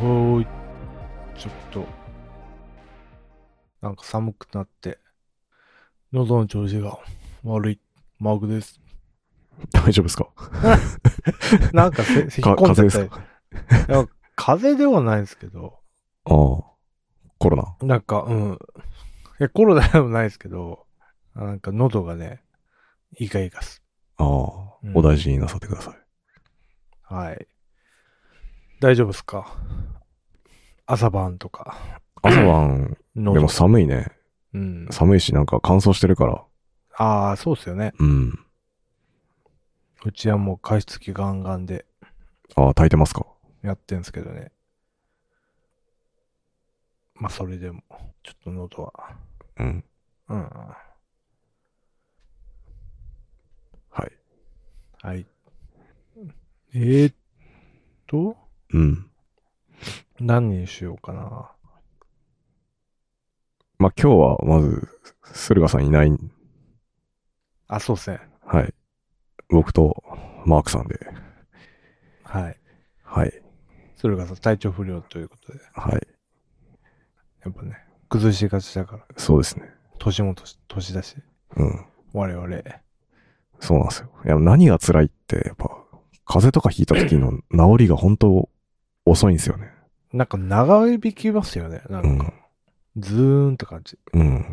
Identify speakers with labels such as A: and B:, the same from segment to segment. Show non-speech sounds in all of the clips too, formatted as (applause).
A: おーい。ちょっと、なんか寒くなって、喉の調子が悪い。マークです。
B: 大丈夫ですか
A: なんかせ、せき
B: (laughs) か
A: 込ん
B: 風邪
A: で
B: で
A: た
B: す
A: り。
B: か
A: いや風邪ではないですけど、
B: ああ。コロナ。
A: なんか、うん。いや、コロナでもないですけど、なんか喉がね、イガイガす。
B: ああ。
A: うん
B: お大事になさってください。
A: はい。大丈夫ですか朝晩とか、
B: 朝晩、
A: 喉。
B: でも寒いね。
A: うん。
B: 寒いし、なんか乾燥してるから。
A: ああ、そうっすよね。
B: うん。
A: うちはもう加湿器ガンガンで
B: ああ、炊いてますか
A: やってんすけどね。まあ、それでも、ちょっと喉は。
B: うん。
A: うん。
B: はい。
A: はい。えー、っと、
B: うん。
A: 何にしようかな。
B: まあ、今日は、まず、駿河さんいない。
A: あ、そうっすね。
B: はい。僕と、マークさんで。
A: はい。
B: はい。
A: それがさ、体調不良ということで、
B: はい。
A: やっぱね、崩しがちだから、
B: そうですね。
A: 年も年年だし、
B: うん。
A: 我々。
B: そうなんですよ。いや、何が辛いって、やっぱ、風邪とかひいた時の治りが本当、遅いんですよね。
A: なんか長引きますよね。な
B: うんん
A: か、。ズーンって感じ。
B: うん。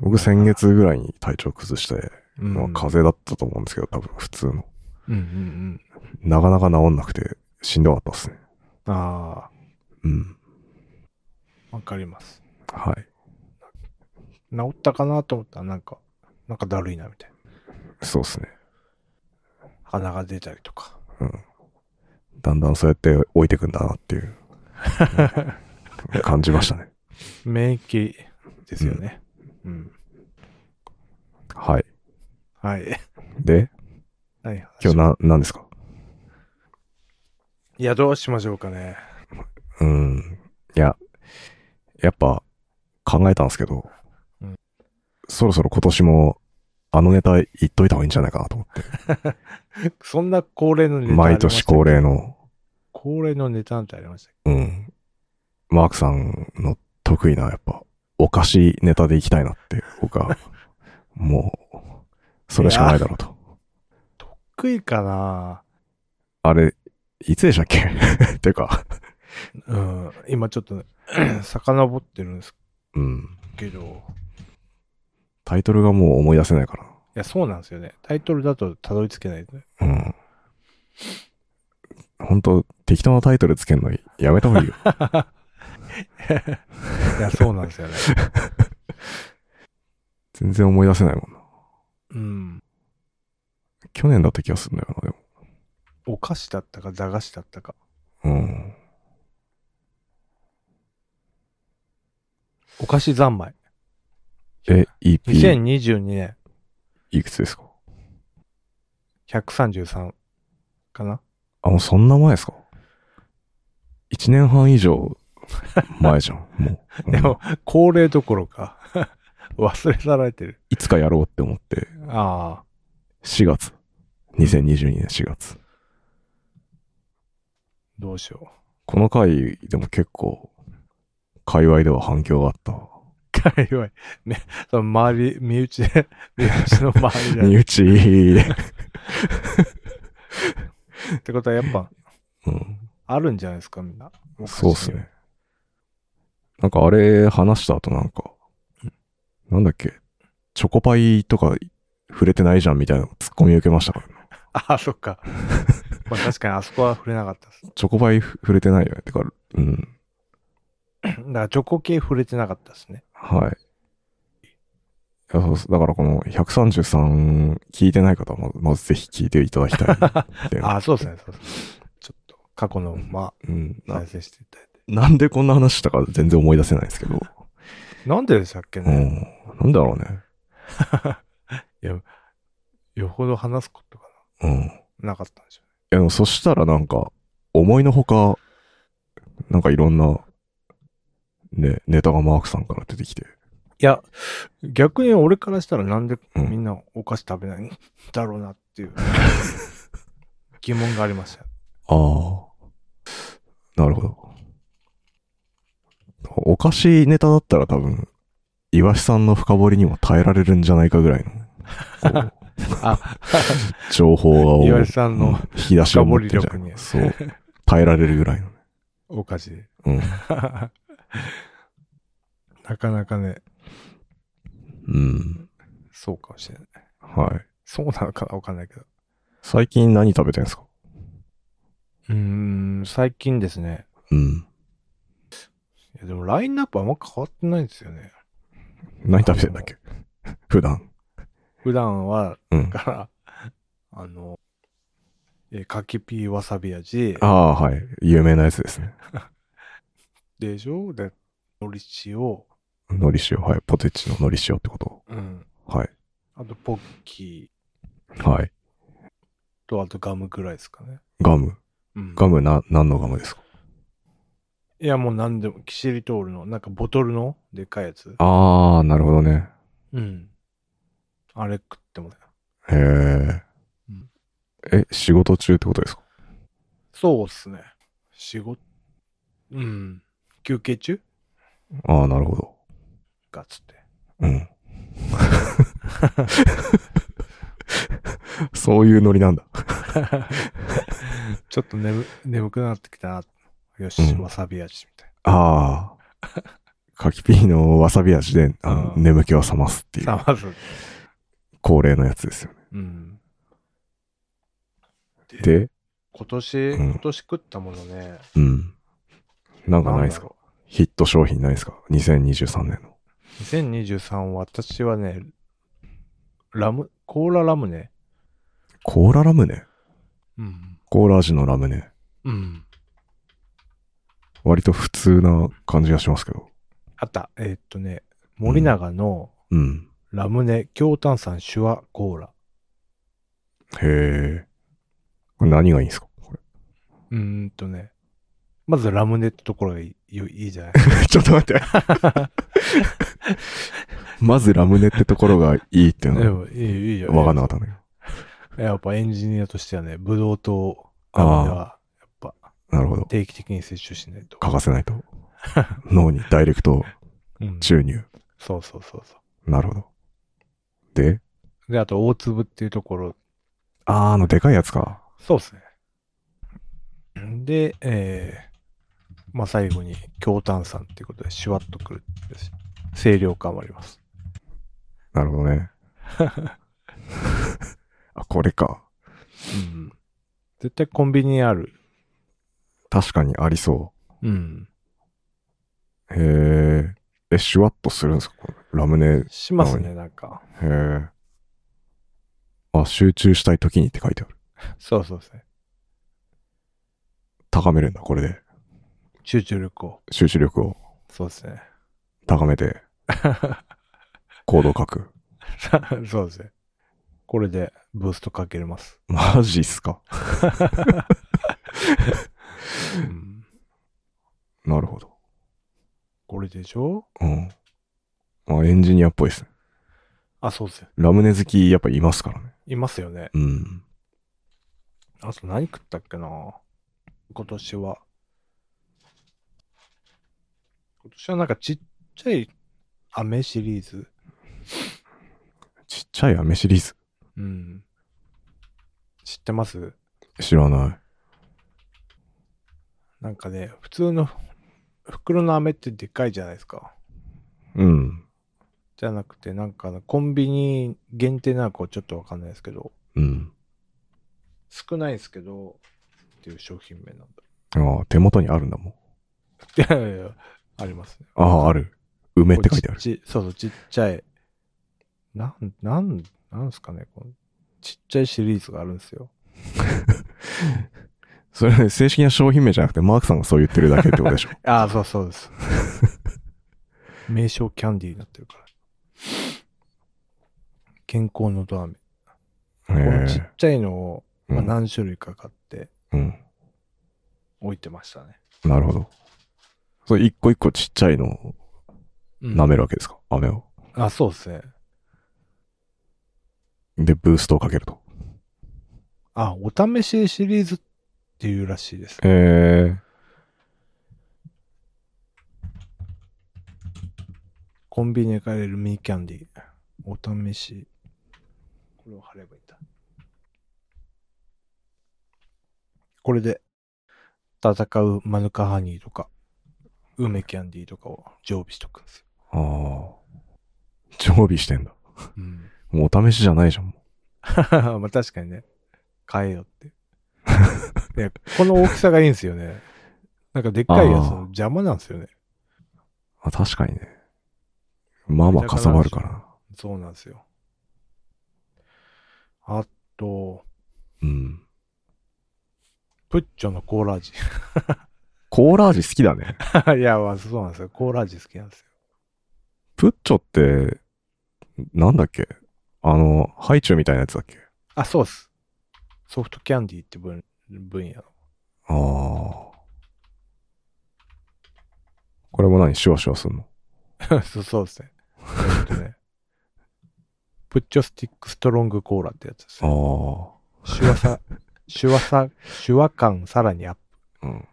B: 僕、先月ぐらいに体調崩して、
A: うん
B: まあ風邪だったと思うんですけど、多分普通の。
A: うんうん
B: なかなか治んなくて、しんどかったですね。
A: うん。あ
B: うん。
A: あ、わかります。
B: はい。
A: 治ったかなと思ったら、なんか、なんかだるいなみたいな。
B: そうですね。
A: 鼻が出たりとか。
B: だんだんそうやって置いてくんだなっ
A: (laughs)
B: ていう、感じましたね。
A: 免疫ですよね。うん。
B: はい。
A: はい。 (laughs)
B: で、
A: はい、
B: 今日な、何ですか
A: いや、どうしましょうかね。
B: うん。いや、やっぱ、考えたんですけど、
A: うん
B: そろそろ今年も、あのネタ言っといた方がいいんじゃないかなと思って。
A: そんな恒例のネタあり
B: 毎
A: ましたっけ
B: 年恒例。の。
A: 恒例のネタなんてありましたっ
B: うん。マークさんの得意な、やっぱ、お菓子ネタでいきたいなって、僕は、もう、それしかないだろうと。
A: け悔いかな
B: あれ、いつでしたっけ (laughs) っていうか、
A: うん。今ちょっとね、 (clears throat) 遡ってるんです
B: うん。
A: けど、
B: タイトルがもう思い出せないか
A: いや、そうなんですよね。タイトルだとたどり着けないですね。 (laughs)
B: ら。うん。本当適当なタイトルつけるのやめた方がいいよ。
A: いや、そうなんですよね。
B: 全然思い出せないもんな。
A: うん。
B: 去年だった気がするんだよな、でも。
A: お菓子だったか、駄菓子だったか。
B: うん。
A: お菓子三昧。
B: え、EP、
A: 2022年
B: いくつですか
A: 133かな
B: あ、もうそんな前ですか一年半以上
A: (laughs)
B: 前じゃん、もう。
A: でも、恒例どころか。 (laughs) 忘れ去られてる。
B: いつかやろうって思って、
A: ああ。
B: 4月。2022年4月。
A: どうしよ
B: この回でも結構、界隈では反響があった。
A: う。か (laughs) いわい。ね、その周り、身内で、 (laughs) 身内の周りじゃな
B: 身
A: い。
B: 内
A: ってことはやっぱ、
B: うん。
A: あるんじゃないですか、みんな。
B: そうっす。ね。なんかあれ話した後なんか、なんだっけ、チョコパイとか触れてないじゃんみたいなツッコミ受けましたからね。
A: ああ、そっ
B: (laughs)
A: か。まあ確かにあそこは触れなかったです。
B: チョコパイふ触れてないよね。てか、うん。
A: だからチョコ系触れてなかったですね。
B: はい。いやそうそうだからこの133聞いてない方はまず、まずぜひ聞いていただきたいみたいな。
A: ああ、そうですね、そうですね。ちょっと、過去の、ま
B: うん
A: あ、
B: な
A: 再。生していただいて。
B: なんでこんな話したか全然思い出せないですけど。
A: なんででしたっけ
B: う
A: ね。
B: ん。なんだろうね。
A: よほど話すことが
B: うん。い
A: なかったんでしょ
B: やでもそしたらなんか、思いのほか、なんかいろんな、ね、ネタがマークさんから出てきて。
A: いや、逆に俺からしたらなんで
B: うん
A: みんなお菓子食べないん (laughs) だ
B: (laughs)
A: ろうなっていう疑問がありましたよ。
B: ああ。なるほど。おかしいネタだったら多分、岩井さんの深掘りにも耐えられるんじゃないかぐらいの、こう
A: (laughs) あ、
B: 情報が多い
A: 岩井さんの
B: うん引き出しを持ってんじゃない
A: 深掘り力に
B: そう。耐えられるぐらいのね。
A: おかしい。
B: うん。
A: なか (laughs) なかね、
B: うん。
A: そうかもしれない。
B: はい。
A: そうなのかなわかんないけど。
B: 最近何食べてんすか
A: うーん、最近ですね。
B: うん。
A: いやでもラインナップあんま変わってないんですよね。
B: 何食べてんだっけ (laughs) 普段。
A: 普段は、
B: うん
A: だから、 (laughs) あの、えー、かきピーわさび味
B: ああ、はい。有名なやつですね。
A: でしょで、のり塩、
B: のり塩。はい。ポテチののり塩ってこと。
A: うん。
B: はい。
A: あとポッキ
B: はい。
A: ーと、あとガムぐらいですかね。
B: ガム。
A: うん。
B: ガムな、何のガムですか
A: いや、もう何でも、キシリトールの、なんかボトルのでかいやつ。
B: ああ、なるほどね。
A: うん。あれ食ってもね。
B: へえ
A: うん。
B: え、仕事中ってことですか
A: そうっすね。仕事、うん。休憩中
B: ああ、なるほど。
A: かっつって。
B: うん。 (laughs) そういうノリなんだ。
A: ちょっと眠眠くなってきたな。よし、
B: うん
A: わさび味みたい
B: ああ。カキピーのわさび味で、あの
A: うん
B: 眠気を覚ますってい
A: (laughs)
B: う
A: な。さあ、まず。
B: 恒例のやつですよね。
A: うん。で
B: で、
A: 今年、
B: ん
A: 今年食ったものね。
B: うん。なんかないですか
A: なんだろ
B: ヒット商品ないですか ?2023 年の。
A: う ?2023 私はね、ラム、コーララムネ。
B: コーララムネ
A: うん。
B: コーラ味のラムネ。
A: うん。
B: 割と普通な感じがしますけど。
A: あった。えーっとね、森永の
B: うん。
A: ラムネ、強炭酸手話コーラ。
B: へえ。これ何がいいんですかこれ (laughs)
A: うーんとね。まずラムネってところがいいよいいじゃない
B: ちょっと待って。 (laughs) まずラムネってところがいいっていう
A: (laughs) で
B: の
A: もいいいいじゃ
B: はわかんなかったね。
A: やっぱエンジニアとしてはね、ブドウとラムネはやっぱ
B: なるほど。
A: 定期的に摂取しないと。
B: 欠かせな
A: (laughs)
B: いと。脳にダイレクト
A: うん、そう
B: 注入。
A: そうそうそ
B: なるほど。で、
A: う。で、あと大粒っていうところ。
B: あー、あの、でかいやつか。
A: そうですね。で、えー、まあ最後に強炭酸っていうことでシュワッとくるです。清涼感もあります。
B: なるほど
A: (laughs)
B: ね。あ、これか。
A: うん。絶対コンビニにある。
B: 確かにありそ
A: うん。
B: う。へえ。え、シュワッとするんですかこれラムネ。へ
A: しますね、なんか。
B: え。あ、集中したい時にって書いてある。
A: そうそうですね。
B: 高めるんだ、これで。
A: 集中力を。
B: 集中力を
A: そうですね。 (laughs)
B: 高めて、行動書く。
A: そうですね。これでブーストかけれます。
B: マジっすか。
A: うん
B: なるほど。
A: これでしょ
B: うん。まあ、エンジニアっぽいですね。
A: あ、そうですね。
B: ラムネ好き、やっぱいますからね。
A: いますよね。
B: うん。
A: あと何食ったっけな今年は。今年はなんかちっちゃい飴シリーズ。
B: ちっちゃい飴シリーズ。
A: うん。知ってます
B: 知らない。
A: なんかね、普通の袋の飴ってでっかいじゃないですか。
B: うん。
A: じゃなくて、なんかあのコンビニ限定なのかちょっとわかんないですけど、
B: うん。
A: 少ないですけど、っていう商品名なんだ。
B: ああ、手元にあるんだもん。
A: いやいやいや、ありますね。
B: ああ、ある。梅って書いてある。
A: ちっちそうそう、ちっちゃい。なん、なん、なんすかね、このちっちゃいシリーズがあるんですよ。
B: それ、正式な商品名じゃなくて、マークさんがそう言ってるだけってこと
A: (laughs)
B: でしょ。
A: ああ、そうそう
B: (laughs)
A: です。名称キャンディーになってるから。健康のど飴。
B: へ
A: このちっ
B: え。
A: ちゃいのを、まあ、
B: うん
A: 何種類か買って
B: うん。
A: 置いてましたね。
B: なるほど。それ、一個一個ちっちゃいのを
A: うん
B: 舐めるわけですか、飴を。
A: あ、そうですね。
B: で、ブーストをかけると。
A: あ、お試しシリーズっていうらしいです。
B: へえ。
A: コンビニで買えるミニキャンディー。お試し。これを貼ればいいんだ。これで、戦うマヌカハニーとか、梅キャンディーとかを常備しとくんですよ。
B: ああ。常備してんだ。もうお試しじゃないじゃん。も
A: (laughs) まあ確かにね。買えよって。 (laughs) いや、この大きさがいいんですよね。なんかでっかいやつ
B: あー
A: 邪魔なんですよね。
B: うあ、確かにね。まあまあかさばるからな。
A: そうなんですよ。あと、
B: うん。
A: プッチョのコーラ味。
B: コーラ味好きだね。
A: いや、まあそうなんですよ。コーラ味好きなんですよ。
B: プッチョって、なんだっけあの、ハイチュウみたいなやつだっけ
A: あ、そうっす。ソフトキャンディーって分分野の。
B: ああ。これも何シュワシュワすんの
A: (laughs) そうそうですね。えっとね。プッチョスティックストロングコーラってやつですね。
B: あ
A: シュワさ、シュワさ、シュワ感さらにアップ。
B: あ。うん。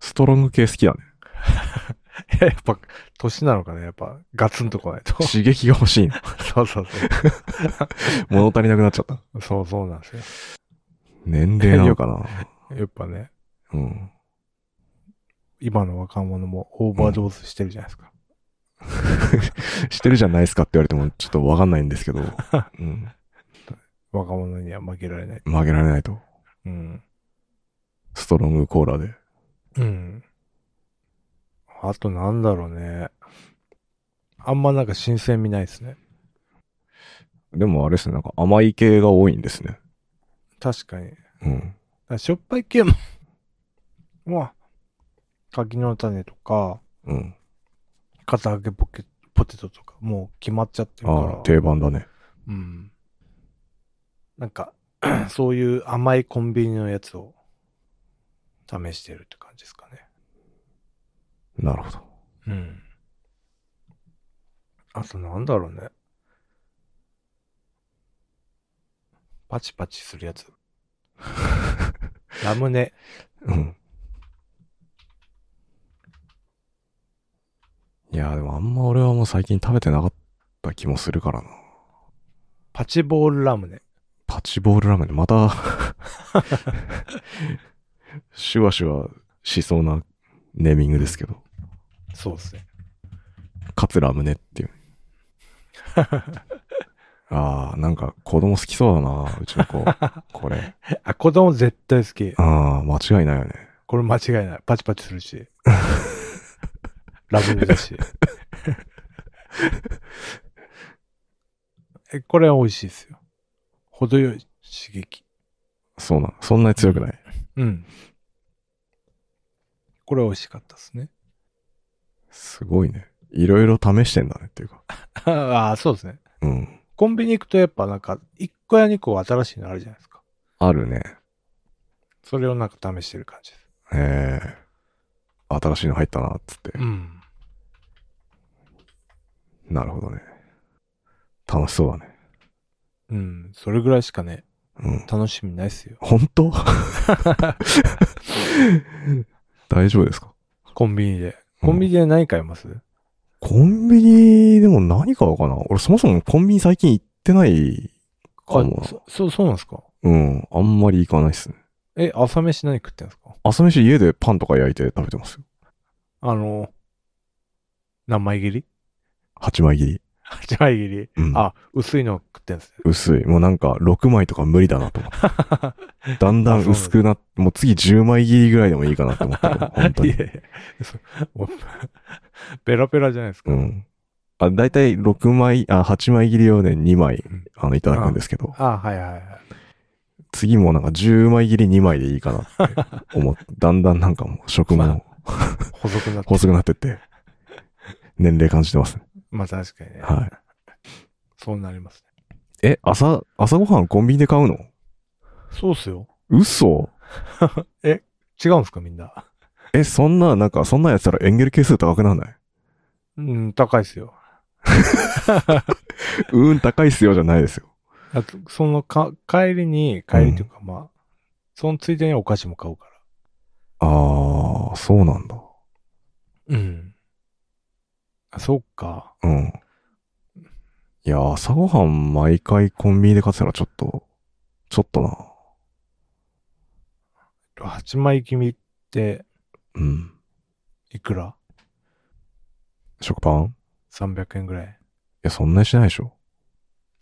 B: ストロング系好きだね。
A: い (laughs) ややっぱ、年なのかねやっぱ、ガツンとこないと。
B: (laughs) 刺激が欲しいの。
A: そうそうそ
B: 物足りなくなっちゃった。
A: う。そうそうなんですよ。
B: 年齢なのかな
A: やっぱね、
B: うん。 (laughs)
A: 今の若者もオーバードーズしてるじゃないですか。
B: してるじゃないですかって言われてもちょっとわかんないんです
A: (laughs)
B: けど、うん。
A: 若者には負けられない。
B: 曲げられないと。
A: うん。
B: ストロングコーラで。
A: うん。あとなんだろうね。あんまなんか新鮮味ないですね。
B: でもあれですね、なんか甘い系が多いんですね。
A: 確かに。だか
B: うん。
A: らしょっぱい系も、まあ、柿の種とか、
B: うん。
A: 片揚げポケポテトとか、もう決まっちゃってるから。
B: ああ、定番だね。
A: うん。なんか、 (clears throat) そういう甘いコンビニのやつを試してるって感じですかね。
B: なるほど。
A: うん。あとなんだろうね。パチパチするやつ。ラムネ。
B: うん。いや、でもあんま俺はもう最近食べてなかった気もするからな。
A: パチボールラムネ。
B: パチボールラーメンで
A: (laughs)
B: また、シュワシュワしそうなネーミングですけど、
A: そうですね。
B: カツラムネっていう。ああ、なんか子供好きそうだな、うちの子。これ。
A: あ、子供絶対好き。
B: ああ、間違いないよね。
A: これ間違いない。パチパチするし。ラブネだし。 (laughs) え、これは美味しいですよ。程よい刺激。
B: そうなの。そんなに強くない。
A: うん。これは美味しかったですね。
B: すごいね。いろいろ試してんだねっていうか。
A: (laughs) ああ、そうですね。
B: うん。
A: コンビニ行くとやっぱなんか、1個や2個新しいのあるじゃないですか。
B: あるね。
A: それをなんか試してる感じです。
B: ええ新しいの入ったな、っつって。
A: ん。
B: なるほどね。楽しそうだね。
A: うん。それぐらいしかね、
B: うん。
A: 楽しみないっすよ。
B: 本当 (laughs) 大丈夫ですか
A: コンビニで。コンビニで何買います、
B: コンビニでも何買おうかな俺そもそもコンビニ最近行ってないかも
A: あ、そ、そう、そうなんですか
B: な。うん。あんまり行かないっすね。
A: え、朝飯何食ってんですか
B: 朝飯家でパンとか焼いて食べてますよ。
A: あの、何枚切り (laughs)
B: 8枚切り。
A: ?8 枚切り。
B: うん。
A: あ、薄いの食ってん
B: (laughs)
A: すね。
B: 薄い。もうなんか6枚とか無理だなと思
A: (laughs)
B: って。だんだん薄くなっもう次10枚切りぐらいでもいいかなと思ったよ。本
A: (laughs)
B: 当
A: い
B: に
A: や。いやそもうペラペラじゃないですか。
B: うん。あ、だいたい6枚、あ、8枚切りをね、2枚
A: うん、
B: あの、いただくんですけど、
A: あ、はいはいはい。
B: 次もなんか10枚切り2枚でいいかなって
A: (laughs)
B: 思って、だんだんなんかもう食も
A: 細くなって。
B: 細くなってって、年齢感じてますね。
A: まあ確かにね。
B: (laughs) はい。
A: そうなりますね。
B: え、朝、朝ごはんコンビニで買うの
A: そうっすよ。
B: 嘘
A: 違うんすかみんな。
B: え、そんな、なんか、そんなんやってたらエンゲル係数高くなんない
A: うん、高いっすよ。
B: うーん、高いっすよじゃないですよ。
A: あと、そのか、帰りに、帰りというかまあ、そのついでにお菓子も買うから。
B: あー、そうなんだ。
A: うん。あ、そっか。
B: うん。いや、朝ごはん毎回コンビニで買ってたらちょっと、ちょっとな。
A: 8枚切りって
B: うん。
A: いくら
B: 食パンい
A: ?300 円ぐらい。
B: や、そんなにしないでしょ。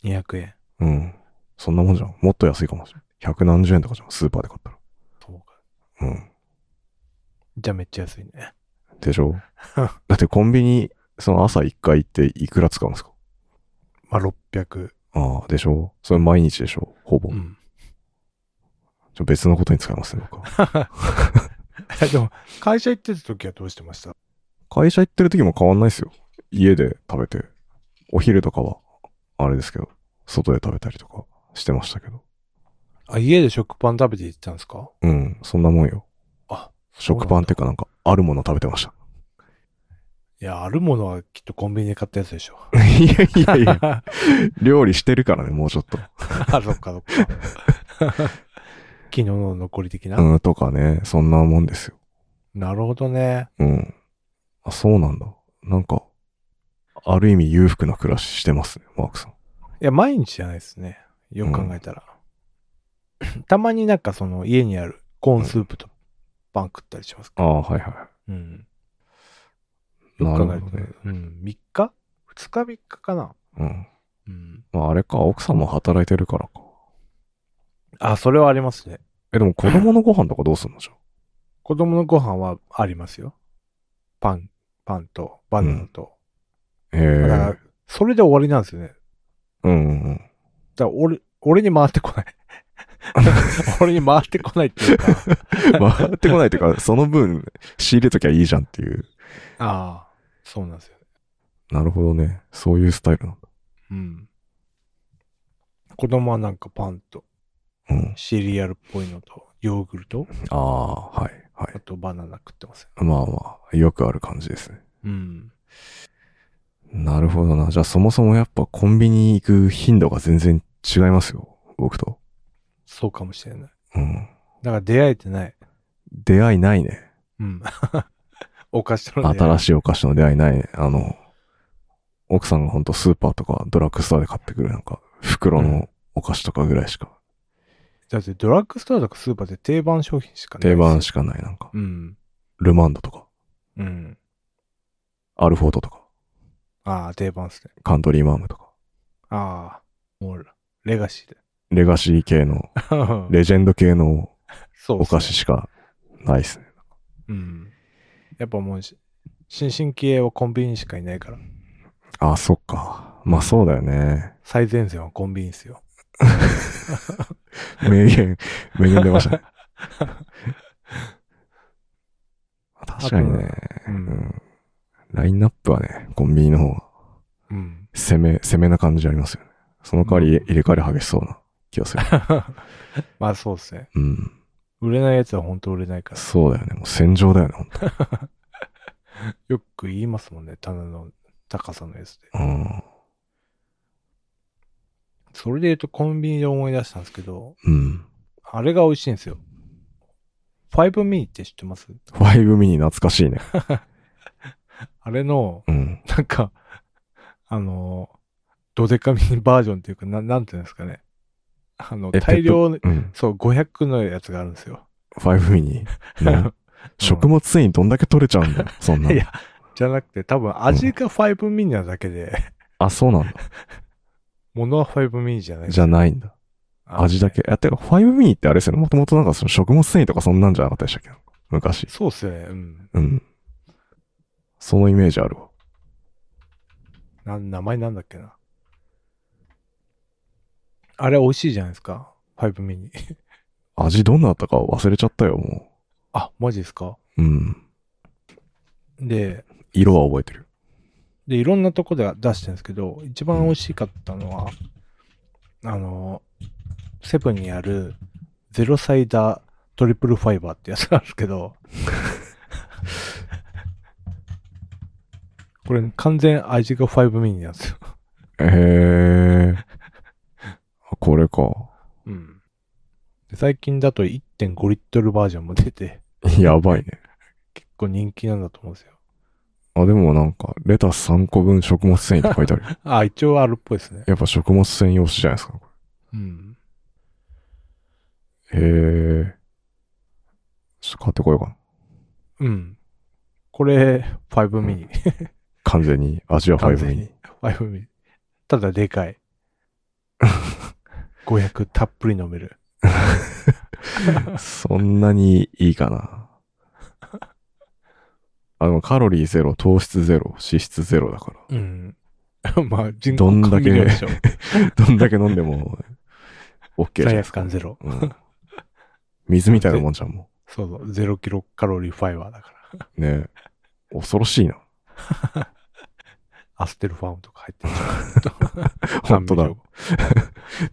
A: 200円。
B: うん。そんなもんじゃん。もっと安いかもしれない。百何十円とかじゃん。スーパーで買ったら。
A: そうか。
B: うん。
A: じゃあめっちゃ安いね。
B: でしょだってコンビニ、その朝一回行っていくら使うんですか
A: まあ、600。
B: ああ、でしょそれ毎日でしょほぼ。
A: うん。
B: ちょ別のことに使いますね、僕は。
A: でも、会社行ってた時はどうしてました
B: 会社行ってる時も変わんないですよ。家で食べて。お昼とかは、あれですけど、外で食べたりとかしてましたけど。
A: あ、家で食パン食べて行ったんですか
B: うん、そんなもんよ。
A: あ、
B: 食パンっていうかなんか、あるもの食べてました。 (laughs)
A: いや、あるものはきっとコンビニで買ったやつでし (laughs) ょ。
B: いやいやいや、
A: あ、
B: 料理してるからね、もうちょっと。
A: そっか (laughs) そっか。昨日の残り的な、
B: うん、とかね、そんなもんですよ。
A: なるほどね。
B: うん。あ、そうなんだ。なんか、ある意味裕福な暮らししてますね、マークさん。
A: いや、毎日じゃないですね。よく考えたら。 (laughs) たまになんかその家にあるコーンスープとパン食ったりしますけ
B: ああ、はいはい
A: ど。うん。
B: はい。なる
A: 考
B: ほ
A: え
B: ど
A: る
B: ね。
A: とうん。3日 ?2 日3日かな。
B: うん。
A: うん。
B: まあ、あれか、奥さんも働いてるからか。
A: あ、それはありますね。
B: え、でも子供のご飯とかどうすんの (laughs) じゃあ
A: 子供のご飯はありますよ。パン、パンとバナナと。
B: へ
A: だから
B: え。、
A: それで終わりなんですよね。
B: うんうん (laughs) うん。
A: だから俺、俺に回ってこ (laughs) ない。俺に回ってこないって (laughs) いうか。
B: 回ってこないというか、その分、仕入れときゃいいじゃんっていう。
A: ああ、そうなんですよね。
B: なるほどね。そういうスタイルなんだ。
A: うん。子供はなんかパンと
B: うん。
A: シリアルっぽいのとヨーグルト、
B: ああ、はい、は
A: あとバナナ食ってますよ。
B: い。まあまあ、よくある感じですね。
A: うん。
B: なるほどな。じゃあそもそもやっぱコンビニ行く頻度が全然違いますよ。僕と。
A: そうかもしれない。
B: うん。
A: だから出会えてない。
B: 出会いないね。
A: うん。 (laughs) お菓子との出会い
B: 新しいお菓子との出会いないね。あの、奥さんがほんとスーパーとかドラッグストアで買ってくるなんか、袋のお菓子とかぐらいしか、
A: だってドラッグストアとかスーパーで定番商品しかない。
B: 定番。しかないなんか、
A: うん。
B: ルマンドとか、
A: うん。
B: アルフォートとか、
A: ああ、定番っすね。
B: カントリーマームとか、
A: ああ、もう、レガシーで。
B: レガシー系の、 (laughs) レジェンド系の
A: (laughs) そう
B: お
A: っすね
B: 菓子しかないですね。
A: うん。やっぱもうし、新進気鋭はコンビニしかいないから、
B: あ、そっか。まあそうだよね。
A: 最前線はコンビニですよ。
B: 名
A: (laughs)
B: 言、名言出ましたね。確かにね、
A: う。
B: うんん。ラインナップはね、コンビニの方が
A: うん。
B: 攻め、攻めな感じありますよね。その代わり
A: うん
B: 入れ替わり激しそうな気がする。 (laughs)
A: まあそうですね。
B: うん。
A: 売れないやつは本当売れないから。
B: そうだよね。もう戦場だよね、ほんと。
A: よく言いますもんね、棚の高さのやつで。
B: うん。
A: それで言うとコンビニで思い出したんですけど、
B: うん。
A: あれが美味しいんですよ。ファイブミニって知ってます
B: ファイブミニ懐かしいね。
A: あれの、
B: うん。
A: なんか、あの、ドデカミニバージョンっていうか、ななんていうんですかね。あの、
B: え
A: 大量の、
B: ペットうん。
A: そう、500のやつがあるんですよ。
B: ファイブミニ。
A: (laughs)
B: ね食物繊維どんだけ取れちゃうんだよ、そんなの
A: い。やじゃなくて、多分味が5ミニなだけで、
B: あ、そうなんだ。
A: 物は5ミニじゃない。
B: じゃないんだ。
A: あのね
B: 味だ。け。あ、てか、ファイブミニってあれですよね。もともとなんかその食物繊維とかそんなんじゃなかったでしたっけ昔。
A: そうっすよね。うん。
B: うん。そのイメージあるわ。
A: な名前なんだっけな。あれ美味しいじゃないですか。5ミニ。 (laughs)
B: 味どんなだったか忘れちゃったよ、も
A: あ、マジですか。
B: う。うん。
A: で、
B: 色は覚えてる。
A: で、いろんなとこで出してるんですけど、一番美味しかったのは、あの、セブンにあるゼロサイダートリプルファイバーってやつなんですけど、 (laughs) これ完全味が5ミニなんですよ。
B: へえ。これ
A: (laughs)
B: か。
A: うん。で最近だと1.5リットルバージョンも出て、
B: やばいね。
A: 結構人気なんだと思うんですよ。
B: あ、でもなんか、レタス3個分食物繊維って書いてある。
A: (laughs) あ、一応あるっぽいですね。
B: やっぱ食物繊維用紙じゃないですか。こ
A: うん。
B: れへえ。ちょっと買ってこようかな。
A: うん。これ、5ミニ。
B: 完全に、アジア
A: 完
B: 5
A: 全
B: に
A: に。。5ミニ。ただでかい。500たっぷり飲める。
B: そんなにいいか
A: (laughs)
B: な。あ、でもカロリーゼロ、糖質ゼロ、脂質ゼロだか
A: うん。 (laughs) まあ、人
B: どんだけ
A: コンビニでしょ。
B: ら。 (laughs) どんだけ飲んでも、OK じ
A: 罪
B: ゃないで
A: 悪
B: すか。
A: 感ゼロ。
B: うん。水みたいなもんじゃん、も
A: そうそう。ゼロキロカロリーファイバーだから。
B: う。ねえ恐ろしいな。
A: アステルファームとか入ってる
B: (laughs) 本当だ。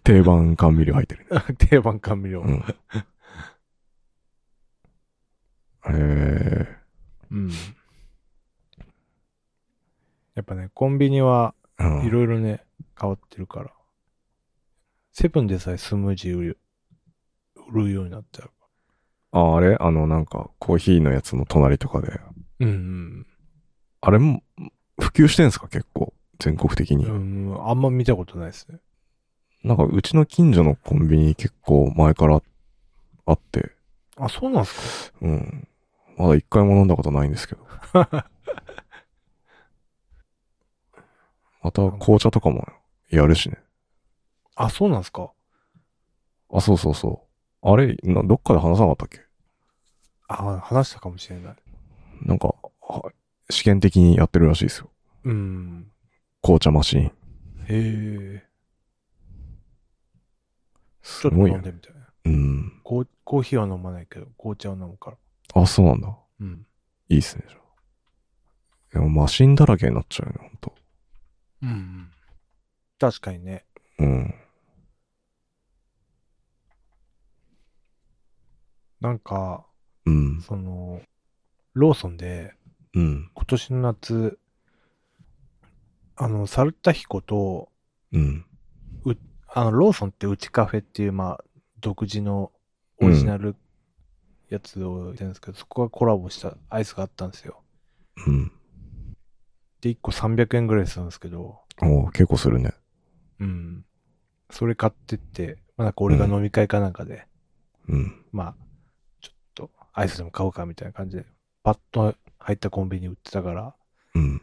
B: 定番甘味料入ってるね。
A: だ。 (laughs) 定番甘味料。
B: うん。え
A: うん。やっぱね、コンビニは
B: えうん
A: いろいろね、変わってるから。セブンでさえスムージー売る売るようになったよ。
B: あ、あれあの、なんか、コーヒーのやつの隣とかで。
A: うん、
B: あれも、普及してんすか結構。全国的
A: う
B: に。
A: ん。うん、あんま見たことないですね。
B: なんか、うちの近所のコンビニ結構前からあって、
A: あ、そうなんす
B: うん。まだ一回も飲んだことないんですけど。
A: か
B: また、紅茶とかもやるしね。
A: あ、そうなんすか
B: あ、そうそうそう。あれ、などっかで話さなかったっけ
A: あ、話したかもしれない。
B: なんか、は試験的にやってるらしいですよ。
A: うん。
B: 紅茶マシーン。
A: へえ。ち
B: す
A: ょっと
B: ごい
A: 飲
B: よ
A: ん
B: ね。
A: でみたいな。
B: うん。
A: コーコーヒーは飲まないけど、紅茶を飲むから。
B: あ、そうなんだ。
A: うん。
B: いいっすね、じゃあ。でもマシンだらけになっちゃうよね、ほんと。
A: うん。確かにね。
B: うん。
A: なんか、
B: うん。
A: その、ローソンで、
B: うん。
A: 今年の夏、あの、サルタヒコと、
B: うん。
A: あの、ローソンってうちカフェっていう、まあ、独自のオリジナルやつをやってるんですけど、そこがコラボしたアイスがあったんですよ。
B: うん。
A: で、1個300円ぐらいするんですけど、
B: おー結構するね。
A: うん。それ買ってって、まあ、なんか俺が飲み会かなんかで、
B: うん。
A: まあ、ちょっとアイスでも買おうかみたいな感じで、パッと入ったコンビニ売ってたから、
B: うん。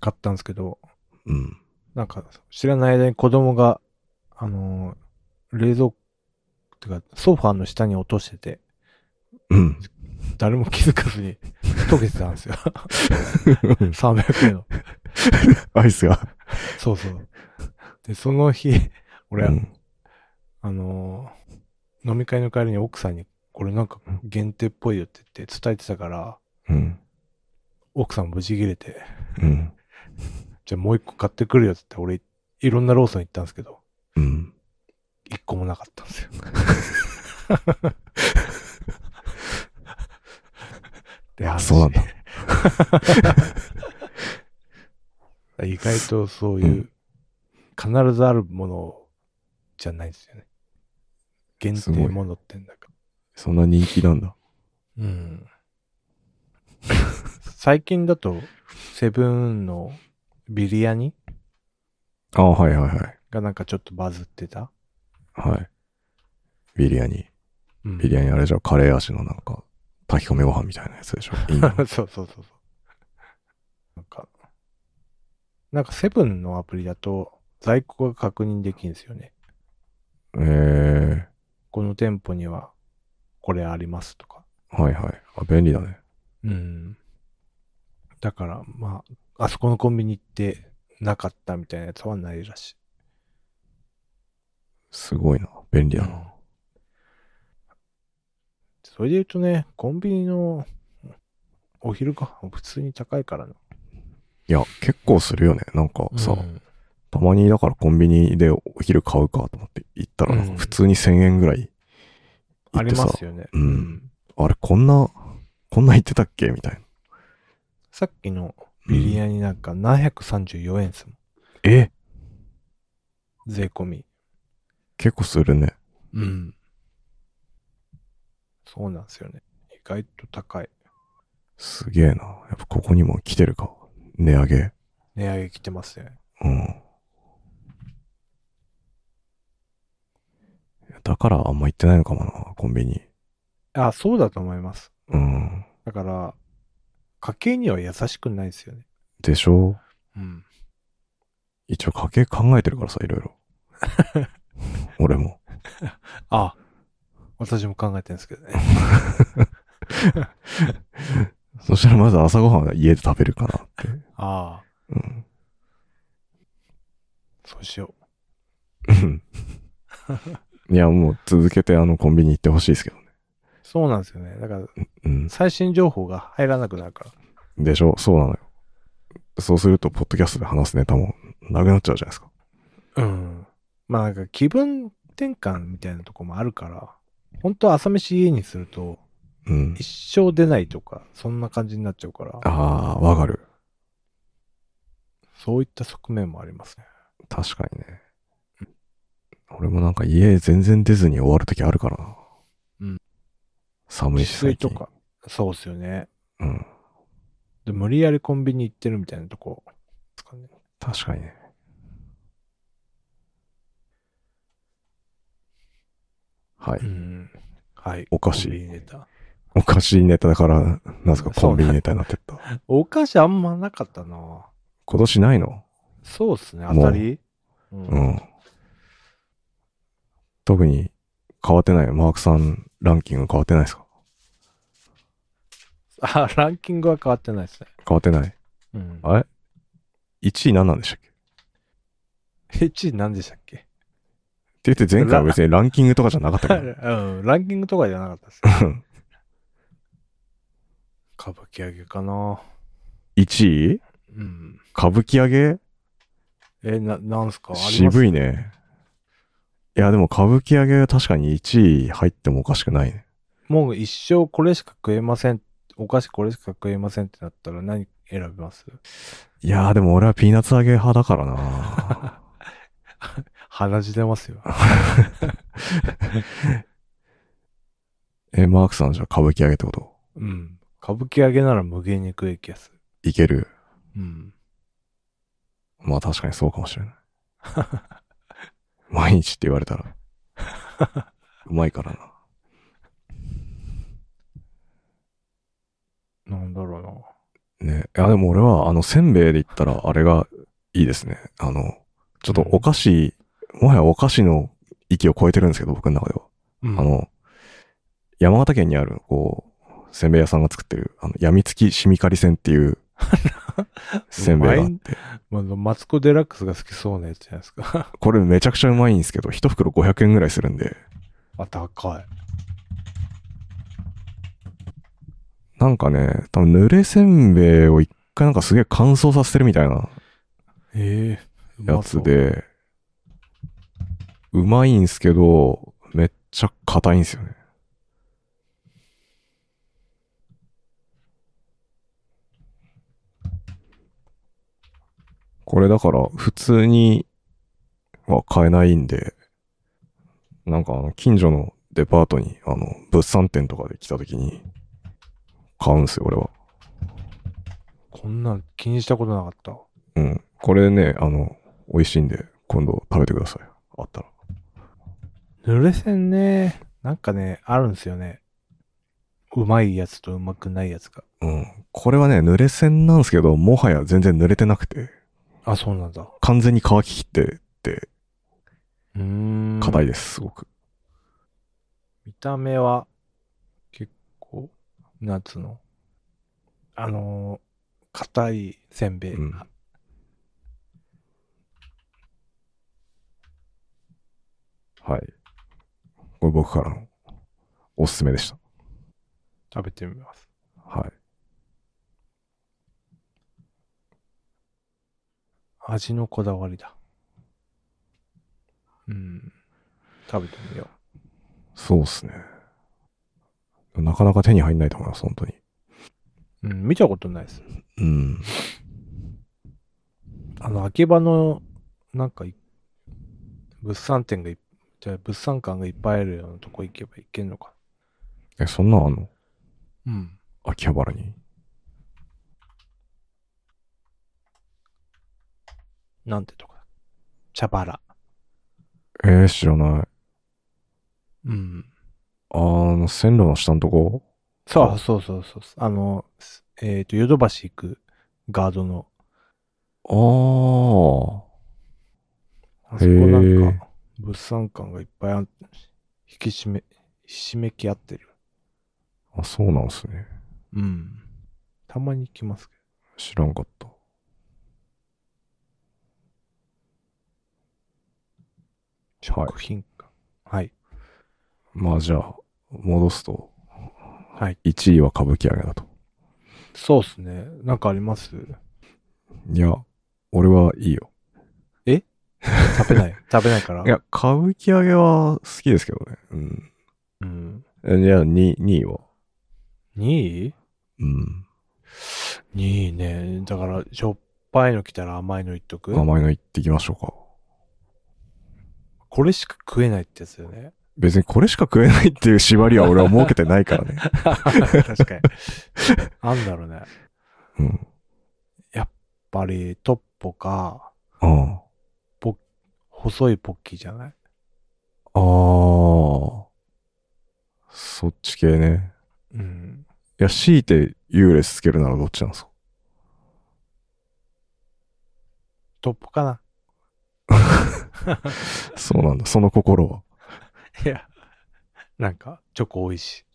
A: 買ったんですけど、
B: うん。
A: なんか知らない間に子供が、あのー冷蔵庫、てかソファーの下に落としてて、
B: うん。 (laughs)
A: 誰も気づかずに溶けてたんですよ。300円の。
B: アイスが。
A: そうそう。で、その日、俺、
B: うん
A: あのー飲み会の帰りに奥さんに、これなんか限定っぽいよって言って伝えてたから、
B: うん。
A: 奥さん無事切れて、
B: うん。
A: じゃあもう一個買ってくるよって言って、俺、いろんなローソン行ったんですけど、
B: うん。
A: 一個もなかったんですよ。 (laughs) で、
B: あそうなんだ
A: だ。意外とそういう、必ずあるものじゃないですよね。限
B: す
A: 定
B: ごい
A: ものってんだか
B: そんな人気なんだ。
A: ら。うん。最近だと、セブンのビリヤニ
B: あーはいはいはい。
A: がなんかちょっとバズってた。
B: はい。ビリヤニ。
A: うん
B: ビリヤニあれでしょカレー味のなんか、炊き込みご飯みたいなやつでしょい
A: (laughs)
B: いな
A: そうそうそうそう。なんか、なんかセブンのアプリだと在庫が確認できるんですよね。
B: え
A: この店舗にはこれありますとか。
B: ー。はいはい。あ、便利だね。
A: うん。だから、まあ、あそこのコンビニ行ってなかったみたいなやつはないらし
B: すごいな。便
A: い。
B: 利だな。
A: それで言うとね、コンビニのお昼ご飯は普通に高いからな。
B: いや、結構するよね。なんかさ、
A: うん
B: たまにだからコンビニでお昼買うかと思って行ったら、なん
A: うん
B: か普通に1000円ぐらい行
A: あ
B: っ
A: り
B: てさ、
A: ますよね。
B: うんあれこんな、こんな行ってたっけみたいな。
A: さっきのビリヤニなんか734円ですもん。
B: え
A: 税込み。
B: 結構するね。
A: うん。そうなんですよね。意外と高い。
B: すげえな。やっぱここにも来てるか。値上げ。
A: 値上げ来てますね。
B: うん。いやだからあんま行ってないのかもな、コンビニ。
A: あ、そうだと思います。
B: うん。
A: だから、家計には優しくないですよね。
B: でしょ
A: うん。
B: 一応家計考えてるからさ、いろいろ。俺も。
A: あ、私も考えてるんですけどね。
B: そしたらまず朝ごはんは家で食べるかなって。
A: ああ、
B: うん。
A: そうしよ
B: いや、もう続けてあのコンビニ行ってほしいですけどね。
A: う。そうなんですよね。だから、
B: うん。
A: 最新情報が入らなくなるから。
B: でしょそうなのよ。そうすると、ポッドキャストで話すネタもなくなっちゃうじゃないですか。
A: うん。まあなんか気分転換みたいなとこもあるから、本当は朝飯家にすると、
B: うん。
A: 一生出ないとか、そんな感じになっちゃうから、
B: ああ、わかる。
A: そういった側面もありますね。
B: 確かにね。俺もなんか家全然出ずに終わるときあるからな。
A: うん。
B: 寒い
A: 自
B: し
A: 炊
B: 最
A: と
B: 近。
A: か、そうっすよね。
B: うん。
A: で、無理やりコンビニ行ってるみたいなとこ、ですかね。
B: 確かにね。はい。
A: うん。はい。
B: お菓子
A: コンビニネタ
B: お菓子ネタだから、なんですか
A: そう
B: コンビニネタになってった。
A: お菓子あんまなかったな
B: 今年ないの
A: そうっすね。
B: もう
A: 当たりう。
B: うんん。特に変わってない。マークさんランキング変わってないですか
A: (laughs) あ、ランキングは変わってないですね。
B: 変わってない。
A: うん。
B: あれ ?1 位何なんでしたっけっ
A: 1位何でしたっけ
B: て言って前回は別にランキングとかじゃなかったけど。
A: (laughs) うん。ランキングとかじゃなかったです。
B: うん
A: 歌舞伎揚げかな
B: 1位
A: うん。
B: 歌舞伎揚げ
A: え、な、なんすかあります
B: 渋いね。いや、でも歌舞伎揚げは確かに1位入ってもおかしくないね。
A: もう一生これしか食えません。お菓子これしか食えませんってなったら何選びます
B: いやーでも俺はピーナッツ揚げ派だから
A: (laughs)
B: な
A: 鼻血出ますよ。
B: え、マークさんじゃあ歌舞伎揚げってこと
A: うん。歌舞伎揚げなら無限に食え気がする。
B: いける
A: うん。
B: まあ確かにそうかも
A: (laughs)
B: しれない。毎日って言われたら。うまいからな。
A: なんだろう
B: ね。いや、でも俺は、あの、せんべいで言ったら、あれがいいですね。あの、ちょっとお菓子、もはやお菓子の域を超えてるんですけど、僕の中では。
A: な。
B: あ
A: うん、
B: の、山形県にある、こう、せんべい屋さんが作ってる、あの、やみつきしみかりせんっ
A: (laughs)
B: ていう、せんべいがあって、
A: まあの、マツコ・デラックスが好きそうなやつじゃないですか。 (laughs)
B: これめちゃくちゃうまいんですけど、一袋500円ぐらいするんで、
A: あ、高い。
B: なんかね、多分濡れせんべいを一回なんかすげえ乾燥させてるみたいな
A: ええ
B: やつ。で、うまいんすけど、めっちゃ硬いんすよね。これだから普通には買えないんで、なんかあの近所のデパートにあの物産展とかで来た時に買うんすよ俺は。
A: こんなん気にしたことなかった。
B: うん。これね、あの、美味しいんで、今度食べてください。あったら。
A: 濡れせんね。なんかね、あるんですよね。うまいやつとうまくないやつが。
B: うん。これはね、濡れ線なんですけど、もはや全然濡れてなくて、
A: あ、そうなんだ。
B: 完全に乾ききってて、
A: うーん。
B: 硬いです、すごく。
A: 見た目は、結構、夏の、あのー硬いせんべい。
B: うんはい。これ僕からのおすすめでした。
A: 食べてみます。
B: はい。
A: 味のこだわりだ。うん。食べてみよ
B: そうっすね。なかなか手に入んないと思います、本当に。
A: う。うん、見たことないです。
B: うん。
A: あの、秋葉の、なんかい、物産展がい、じゃあ物産館がいっぱいあるようなとこ行けば行けんのか
B: え、そんなんあんの
A: な。うん。
B: 秋葉原に。
A: なんてとこだ。茶バラ。
B: えー、知らない。
A: うん。
B: あの、線路の下のとこ
A: そうそうそうそう。あの、すえっ、と、ヨドバシ行くガードの、
B: あ
A: あそこな
B: へ
A: ん
B: ー
A: か、物産館がいっぱいあん引き締め、ひしめき合ってる。
B: あ。あ、そうなんすね。
A: うん。たまに行きますけ
B: 知らんかった。
A: ど。
B: はい
A: 食品館。はい。
B: まあじゃあ、戻すと、
A: はい。
B: 1位は歌舞伎揚げだと。
A: そうっすね。なんかあります
B: いや、俺はいいよ。
A: 食べ (laughs) ない。食べないから。
B: いや、歌舞伎揚げは好きですけどね。うん。
A: うん。
B: えじゃあ、2、2位は。
A: 2位
B: うん。
A: ?2 位ね。だから、しょっぱいの来たら甘いのいっとく。
B: 甘いの言ってきましょうか。
A: これしか食えないってやつだよ
B: (laughs)
A: ね。
B: 別にこれしか食えないっていう縛りは俺は設けてないから (laughs) ね。
A: 確かに。なんだろうね。やっ
B: うん。
A: ぱり、トッポか、
B: あ
A: 細いポッキーじゃない
B: あ。ああ。そっち系ね。
A: うん。
B: いや、強いて優劣つけるならどっちなんですか
A: トッポかな。
B: そうなんだ。その心は。
A: いや、なんか、チョコ多い
B: (laughs)
A: し。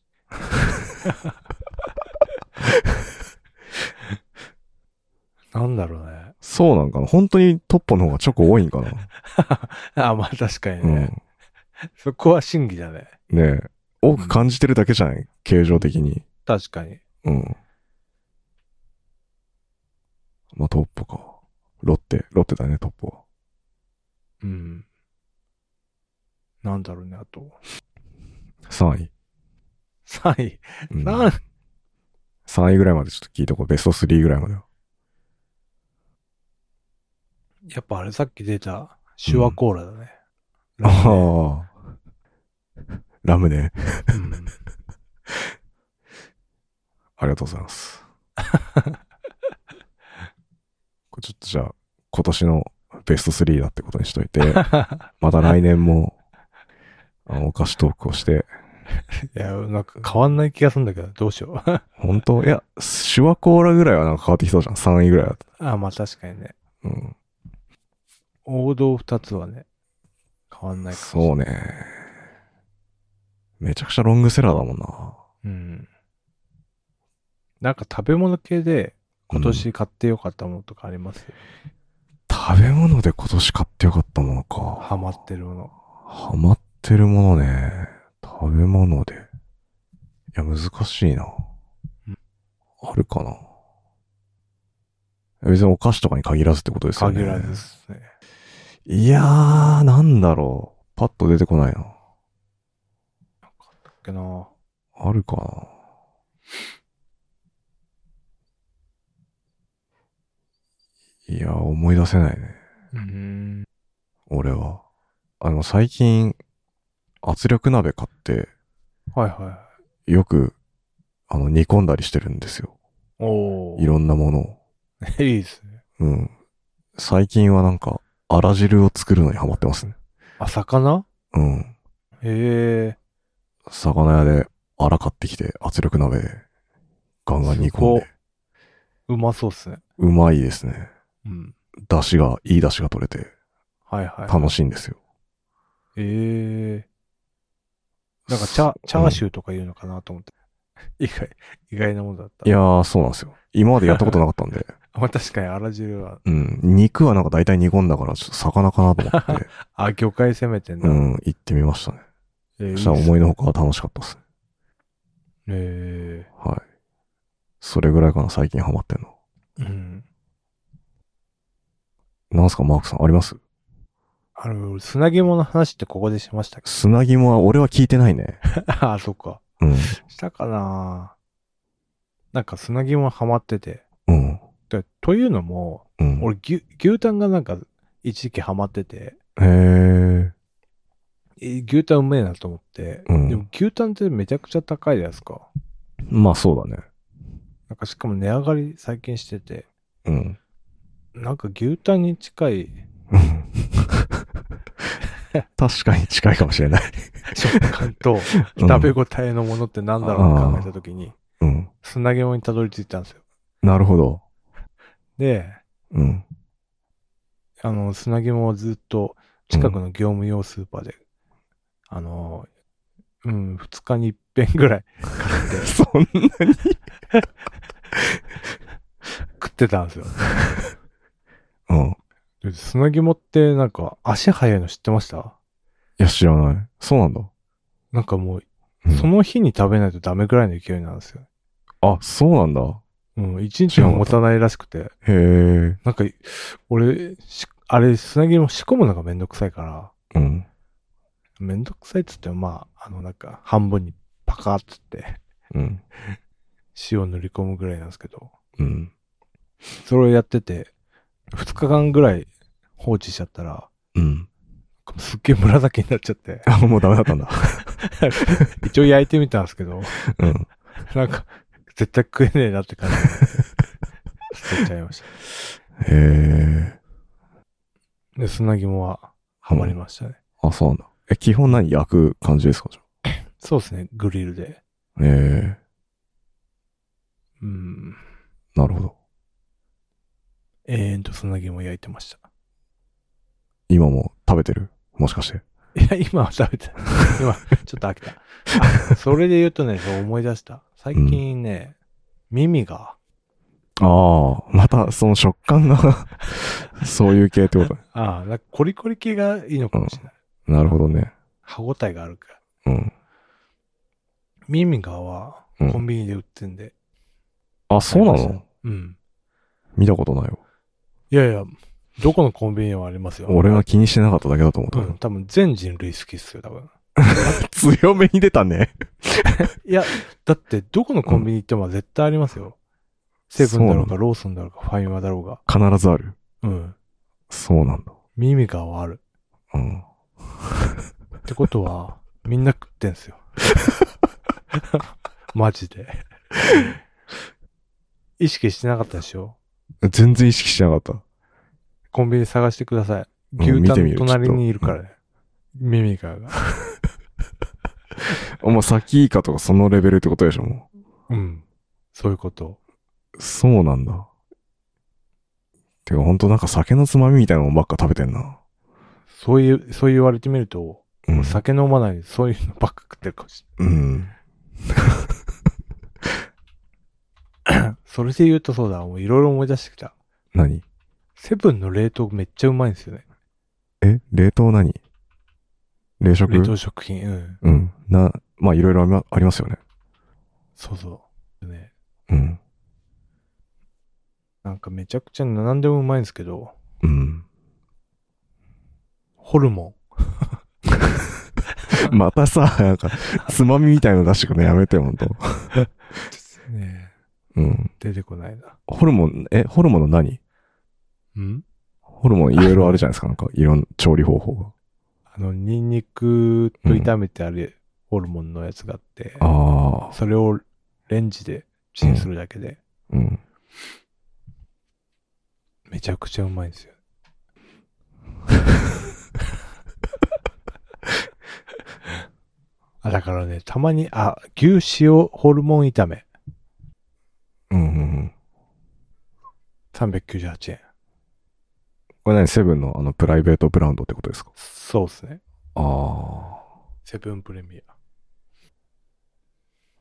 A: なんだろうね。
B: そうなんかな本当にトッポの方がチョコ多いんかな、
A: あ、まあ確かに
B: うん。
A: ね。
B: ね
A: そこは真偽だね。
B: え。多く感じてるだけじゃない形状的に。
A: 確かに。
B: うん。まあ、トッポか。ロッテ、ロッテだね、トッポは。
A: うん。なんだろうね、あと。
B: 3位。
A: 3位。
B: うん
A: 3
B: 3位ぐらいまでちょっと聞いてこう。ベスト3ぐらいまでは。
A: やっぱあれさっき出た、シュワコーラだね。ラムネ
B: ああ。ラムネ。
A: うん
B: ありがとうございます。 (laughs) これちょっとじゃあ、今年のベスト3だってことにしといて、
A: (laughs)
B: また来年も、あのお菓子トークをして、 (laughs)
A: いや、なんか変わんない気がするんだけど、どうしよう。
B: 本当いや、シュワコーラぐらいはなんか変わってきそうじゃん。3位ぐらいだと。
A: あ、まあ確かにね。
B: うん。
A: 王道2つはね、変わんないかもしれない
B: そうね。めちゃくちゃロングセラーだもんな。
A: うん。なんか食べ物系で今年買ってよかったものとかあります、
B: 食べ物で今年買ってよかったものか。
A: ハマってるもの。
B: ハマってるものね。食べ物で。いや、難しいな
A: うん。
B: あるかな。別にお菓子とかに限らずってことですよね。
A: 限らずですね。
B: いやー、なんだろう。パッと出てこないな。
A: だっけな
B: あるかな。いや、思い出せないね。
A: うん。
B: 俺は。あの、最近、圧力鍋買って、
A: はいはいは
B: よく、あの、煮込んだりしてるんですよ。
A: い。おお。
B: いろんなものを。
A: (laughs) いいですね。
B: うん。最近はなんか、あら汁を作るのにハマってますね。
A: あ、魚
B: うん。
A: へえ。
B: 魚屋で、あら買ってきて、圧力鍋で、ガンガン煮込んで。
A: うまそうっすね。
B: うまいですね。
A: うん。
B: 出汁が、いい出汁が取れて、
A: はいはい。
B: 楽しいんですよ。
A: ええ。なんかチャ、チャーシ
B: ュー、
A: ューとか言うのかなと思って。 (laughs) 意外、意外なものだった。
B: いやー、そうなんですよ。今までやったことなかった
A: (laughs)
B: んで、
A: まあ確かにあら汁は、
B: うん。肉はなんか大体煮込んだから、ちょっと魚かなと思
A: (laughs)
B: って、
A: あ、魚介攻めてん
B: う
A: だ。
B: ん、行ってみましたね。
A: えー
B: そしたら
A: いいっす
B: 思いのほか楽しかったですね。
A: え
B: はい。それぐらいかな、最近ハマってんの。
A: えうん。
B: なんすか、マークさん、あります
A: あの、砂肝の話ってここでしま
B: (laughs)
A: したっけ
B: 砂肝は俺は聞いてないね。
A: ああ、そっか。
B: うん。
A: したかななんか砂肝ハマってて。
B: うん。
A: でというのも、
B: うん。
A: 俺牛、牛タンがなんか一時期ハマってて、
B: へえ。
A: え牛タンうめえなと思って、
B: うん
A: でも牛タンってめちゃくちゃ高いじゃないですか。
B: まあそうだね。
A: なんかしかも値上がり最近してて、
B: うん。 (laughs)
A: なんか牛タンに近い
B: 確かに近いかもしれない。
A: 食感と
B: (laughs) うん
A: 食べ応えのものってなんだろうって考えたときに、
B: うん。
A: 砂肝にたどり着いたんですよ。
B: なるほど。
A: で、
B: うん。 (laughs)
A: あの、砂肝をずっと近くの業務用スーパーで、あの、うん、二日に一遍ぐらい
B: そんなに。
A: 食ってたんですよ。
B: うん。い
A: で砂肝ってなんか足早いの知ってました
B: や、知らない。そうなんだ。
A: なんかもう
B: う、ん
A: その日に食べないとダメぐらいの勢いなんですよ。
B: あ、そうなんだ。
A: うん、一日も持たないらしくて、
B: へえ。
A: なんか、俺、しあれ、砂肝仕込むのがめんどくさいから、
B: うん。
A: めんどくさいっつっても、まあ、あの、なんか、半分にパカッつって、
B: うん。
A: 塩塗り込むぐらいなんですけど、
B: うん。
A: それをやってて、2日間ぐらい放置しちゃったら、
B: うん。
A: すっげえ紫になっちゃって、
B: あ、もうダメだ (laughs) ったんだ。
A: 一応焼いてみたんですけど、 (laughs)
B: うん。
A: なんか、絶対食えねえなって感じで、捨てちゃいまし
B: へえ。
A: た。で、砂肝は、ハマりましたね。
B: あ、そうなんだ。え、基本何焼く感じですかじゃ
A: そうですね、グリルで。
B: あ。へ
A: うん。
B: え。なるほど。
A: 永遠と砂肝を焼いてました。
B: 今も食べてるもしかして。
A: (laughs) いや、今は食べ
B: (laughs)
A: てない。今、ちょっと飽きた。あそれで言うとね、そう思い出した。最近ね、耳が、
B: ああ、またその食感が、 (laughs) そういう系ってことね。
A: ああ、なんかコリコリ系がいいのかもしれない。
B: なるほどね。
A: 歯ごたえがあるから。
B: うん。
A: 耳がは、
B: うん
A: コンビニで売ってんで。
B: あ、そうな
A: わかり
B: の
A: うん。
B: 見たことないわ。
A: いやいや、どこのコンビニにもありますよ。
B: 俺が気にしてなかっただけだと思
A: う
B: っ
A: ん、多分全人類好きっすよ、多分。
B: た。強めに出たね。
A: いや、だって、どこのコンビニ行っても絶対ありますよ。セブンだろう
B: そ
A: か、ローソンだろうか、ファイマーだろうが。
B: 必ずある。
A: うん。
B: そうなんだ。
A: 耳がはある。
B: うん。
A: ってことは、みんな食ってん
B: (laughs)
A: すよ。マジで。意識してなかったでしょ
B: 全然意識しなかった。
A: コンビニ探してください。
B: うん
A: 牛
B: 見
A: タ
B: て
A: ン
B: み
A: の
B: る
A: 隣にいるからね。耳がが。
B: お前、サキイカとかそのレベルってことでしょ、も
A: うん。そういうこと。
B: う。そうなんだ。てか、ほんとなんか酒のつまみみたいなもんばっか食べてんな。
A: そういう、そう言われてみると、
B: うん。
A: 酒飲まないでそういうのばっか食ってるかもし
B: うん。
A: れない。それで言うとそうだ、もういろいろ思い出してきた。
B: 何
A: セブンの冷凍めっちゃうまいんですよね。
B: え冷凍何冷食
A: 冷凍食品。うん。
B: うん。な、まあ、いろいろありまありますよね。
A: そうそう。ね。
B: うん。
A: なんかめちゃくちゃ何でもうまいんですけど、
B: うん。 (laughs)
A: ホルモン。
B: またさ、なんか、つまみみたいの出してくのやめてよ、ほんと。
A: ね
B: うん
A: え。出てこないな。
B: ホルモン、え、ホルモンの何
A: うん
B: ホルモンいろいろあるじゃないですか、なんか、いろんな調理方法が。
A: あの、ニンニクと炒めてあるホルモンのやつがあって、
B: ああ、
A: それをレンジでチンするだけで、
B: うん。
A: めちゃくちゃうまいんです (laughs) よ。あ、だからね、たまに、あ、牛塩ホルモン炒め、
B: うん、うん、うん。
A: 398円。
B: これ何セブンのあの、プライベートブランドってことですか
A: そうですね。
B: ああ。
A: セブンプレミア。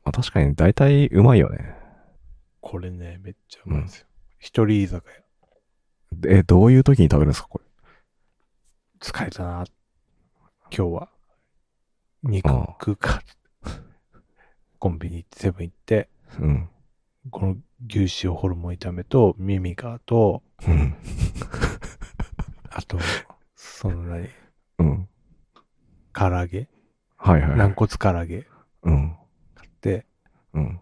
B: まあ、確かに、大体うまいよね。
A: これね、めっちゃうまいんですよ。一人居酒屋。
B: でえ、どういう時に食べるんですか、これ。
A: 疲れたな。今日は。肉
B: ああ
A: 食うか。コンビニ行って、セブン行って、
B: うん。
A: この牛塩ホルモン炒めと、ミミガーと、
B: うん。
A: あと、その何、
B: うん。
A: 唐揚げ
B: はいはい。
A: 軟骨唐揚げ
B: うん。
A: 買って、
B: うん。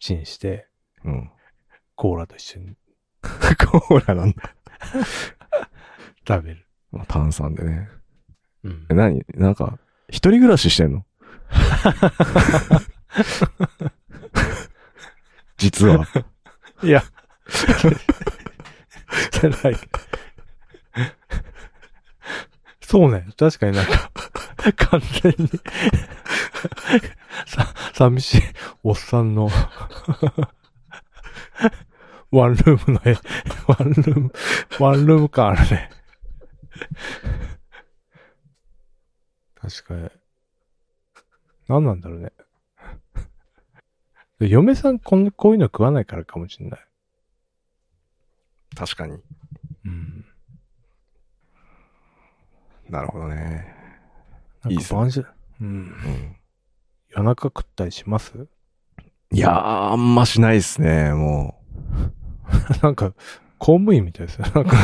A: チンして、
B: うん。 (laughs)
A: コーラと一緒に
B: コーラなんだ。
A: 食べる。
B: まあ、炭酸でね。
A: うん
B: え、。何なんか、一人暮らしして (laughs) んの実は。
A: いや、辛い。そうね。確かになんか、完全にさ、寂しいおっさんの、ワンルームの絵、ワンルーム、ワンルーム感あるね。確かに。何なんだろうね。で嫁さんこん、こういうの食わないからかもしれない。
B: 確かに。
A: うん。
B: なるほどね。
A: ないん
B: いっ
A: か
B: すね
A: 晩酌、うん。
B: うん。
A: 夜中食ったりします (laughs)
B: いやー、あんましないですね、も。
A: なんか、公務員みたいですよ。なんか、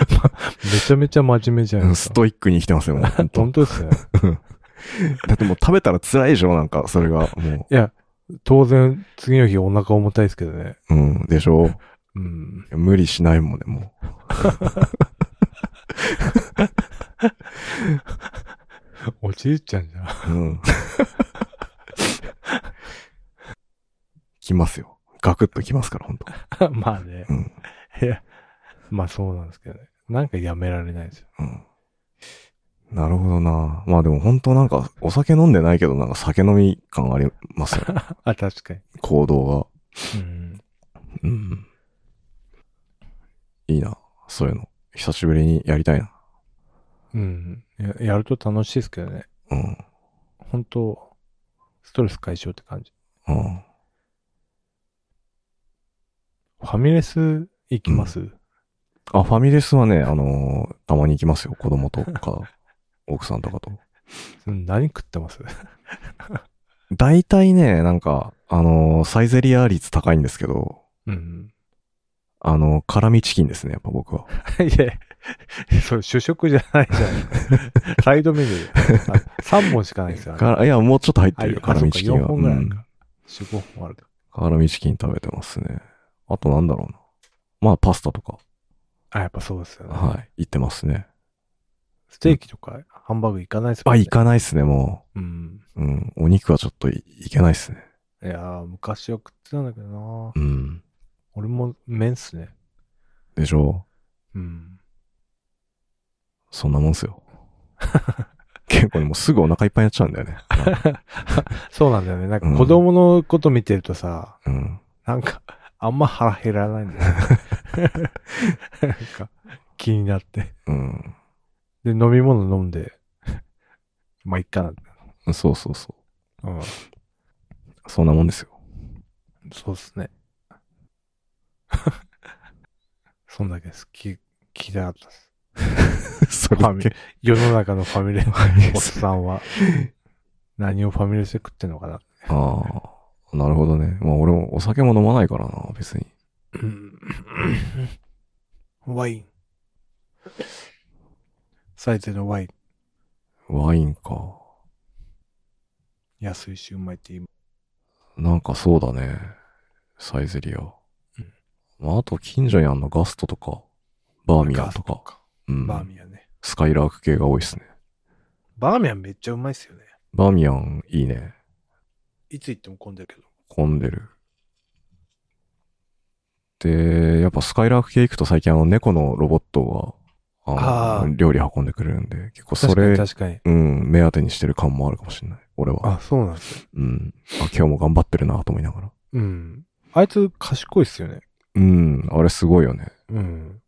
A: (laughs) めちゃめちゃ真面目じゃないうです
B: ス
A: か。
B: トイックに生きてますよ、 (laughs) もうほんと
A: 本当ですね。
B: だってもう食べたら辛いでしょ、なんか、それが。も
A: いや、当然、次の日お腹重たいですけどね。
B: う。うん、でしょ。
A: うん。
B: 無理しないもんね、も
A: おじいちゃんじゃん。
B: う。 (laughs) うん。来ますよ。ガクッと来ますから、ほんと。
A: (laughs) まあね。
B: うん。
A: いや、まあそうなんですけどね。なんかやめられないですよ。
B: うん。なるほどな。まあでも本当なんか、お酒飲んでないけど、なんか酒飲み感あります
A: (laughs)
B: よ。
A: あ、確かに。
B: 行動
A: うん。
B: が。うん。いいな。そういうの。久しぶりにやりたいな。
A: うん。ややると楽しいですけどね。
B: うん。
A: 本当ストレス解消って感じ。
B: うん。
A: ファミレス行きます、
B: あ、ファミレスはね、あのーたまに行きますよ。子供と
A: (laughs)
B: か、奥さんとかと。
A: うん何食ってます
B: 大体ね、なんか、あのーサイゼリア率高いんですけど、
A: うん。
B: あのー辛味チキンですね、やっぱ僕は。
A: い (laughs) やいや、それ主食じゃないじゃん。サイドメニュー。あ3本しかないですよ。あれ
B: からいや、もうちょっと入って
A: あ
B: る
A: い
B: よ、
A: や
B: 辛味チキン
A: あ
B: は。
A: そうっか4本ぐらいある
B: ん
A: か。4、5本あるか。
B: 辛味チキン食べてますね。あとなんだろうな。まあ、パスタとか、
A: あ、やっぱそうですよね。
B: はい、行ってますね。
A: ステーキとかハンバーグ行かないですも
B: あ、
A: んね。
B: 行かないっすね、も
A: うん。
B: う。うん、お肉はちょっといいけないっすね。
A: いやー、昔は食ってたんだけどな
B: うん。
A: 俺も麺っすね。
B: でしょ
A: うん。
B: そんなもんっす (laughs) よ。結構でもすぐお腹いっぱいになっちゃうんだよね。
A: そうなんだよね。なんか子供のこと見てるとさ、
B: うん。
A: なんか、あんま腹減らないんだよ、ね。なんか、気になって。
B: うん。
A: で、飲み物飲んで、まあ、いっかな。
B: そうそうそ
A: うん。
B: う。そんなもんですよ。
A: そうっすね。 (laughs) そんだけです。聞き、聞きたかったです。
B: (laughs) そ
A: ファミ
B: (laughs) け
A: 世の中のファミレス、おっ
B: ス
A: さ (laughs) んは、何をファミレスで食ってんのかな。
B: ああ、なるほどね。まあ俺もお酒も飲まないからな、別に。
A: ワイン。サイゼのワイン。
B: ワインか。
A: 安いし、うまいって言い
B: なんかそうだね。サイゼリア。
A: ん
B: まあ、あと近所にあんのガストとか、バーミヤンとか。うん、
A: バーミヤンね。
B: スカイラーク系が多いですね。
A: バーミヤンめっちゃうまいっすよね。
B: バーミヤンいいね。
A: いつ行っても混んでるけど。
B: 混んでる。で、やっぱスカイラーク系行くと最近あの猫のロボットが、
A: あ
B: あの
A: ー
B: 料理運んでくれるんで、結構そ
A: 確かに
B: れ、
A: 確かに。
B: うん、目当てにしてる感もあるかもしれない。俺は。
A: あ、そうなんですよ。
B: うん。あ、今日も頑張ってるなと思いながら。
A: うん。あいつ賢いっすよね。
B: うん、あれすごいよね。
A: うん。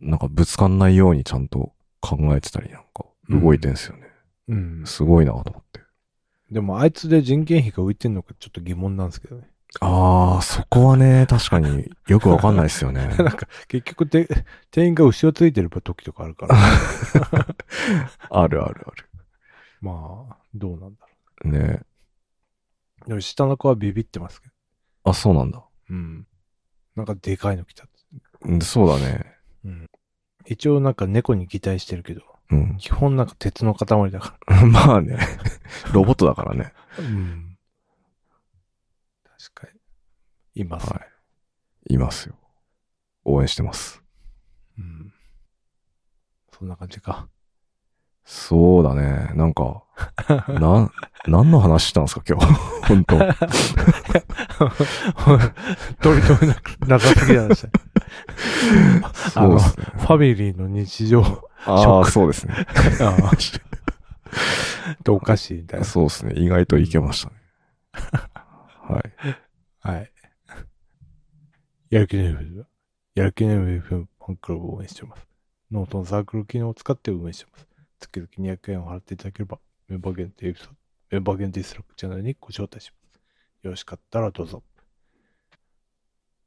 B: なんかぶつかんないようにちゃんと考えてたりなんか
A: うん
B: 動いてんすよね。
A: うん。
B: すごいなと思って。
A: でもあいつで人件費が浮いてんのかちょっと疑問なんですけどね。
B: ああ、そこはね、確かによくわかんないですよね。
A: なんか結局て店員が後ろついてる時とかあるから。
B: (laughs)
A: (laughs)
B: あるある
A: まあ、どうなんだろ
B: ある。ね
A: う。でも下の子はビビってますけど。
B: あ、そうなんだ。
A: うん。なんかでかいの来たって。
B: うんそうだね。
A: うん。一応なんか猫に擬態してるけど、
B: うん。
A: 基本なんか鉄の塊だか
B: (laughs) まあね。ロボットだからね。
A: ら。うん。確かに。いますね。
B: ははいますよ。応援してます。
A: うん。そんな感じか。
B: そうだね。なん (laughs) か、なん、何の話したんですか、今日。 (laughs) 本当
A: (laughs) どれどれなくなさすぎなんでした。
B: (laughs) そうですね。
A: ファミリーの日常、ショ
B: あ
A: ッ
B: あ、
A: ク
B: そうですね。
A: とおかしいみたいな。
B: そうですね。意外といけましたね。はい。
A: はい。やる気ない FM。やる気ない FM ファンクラブを応援してます。ノートのサークル機能を使って運営してます。月々200円を払っていただければ、メンバー限定エピソード、メンバー限定スラックチャンネルにご招待します。よろしかったらどうぞ。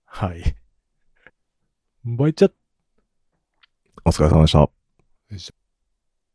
A: はい。
B: (laughs)
A: バイチャッ
B: お疲れ様でした。
A: でした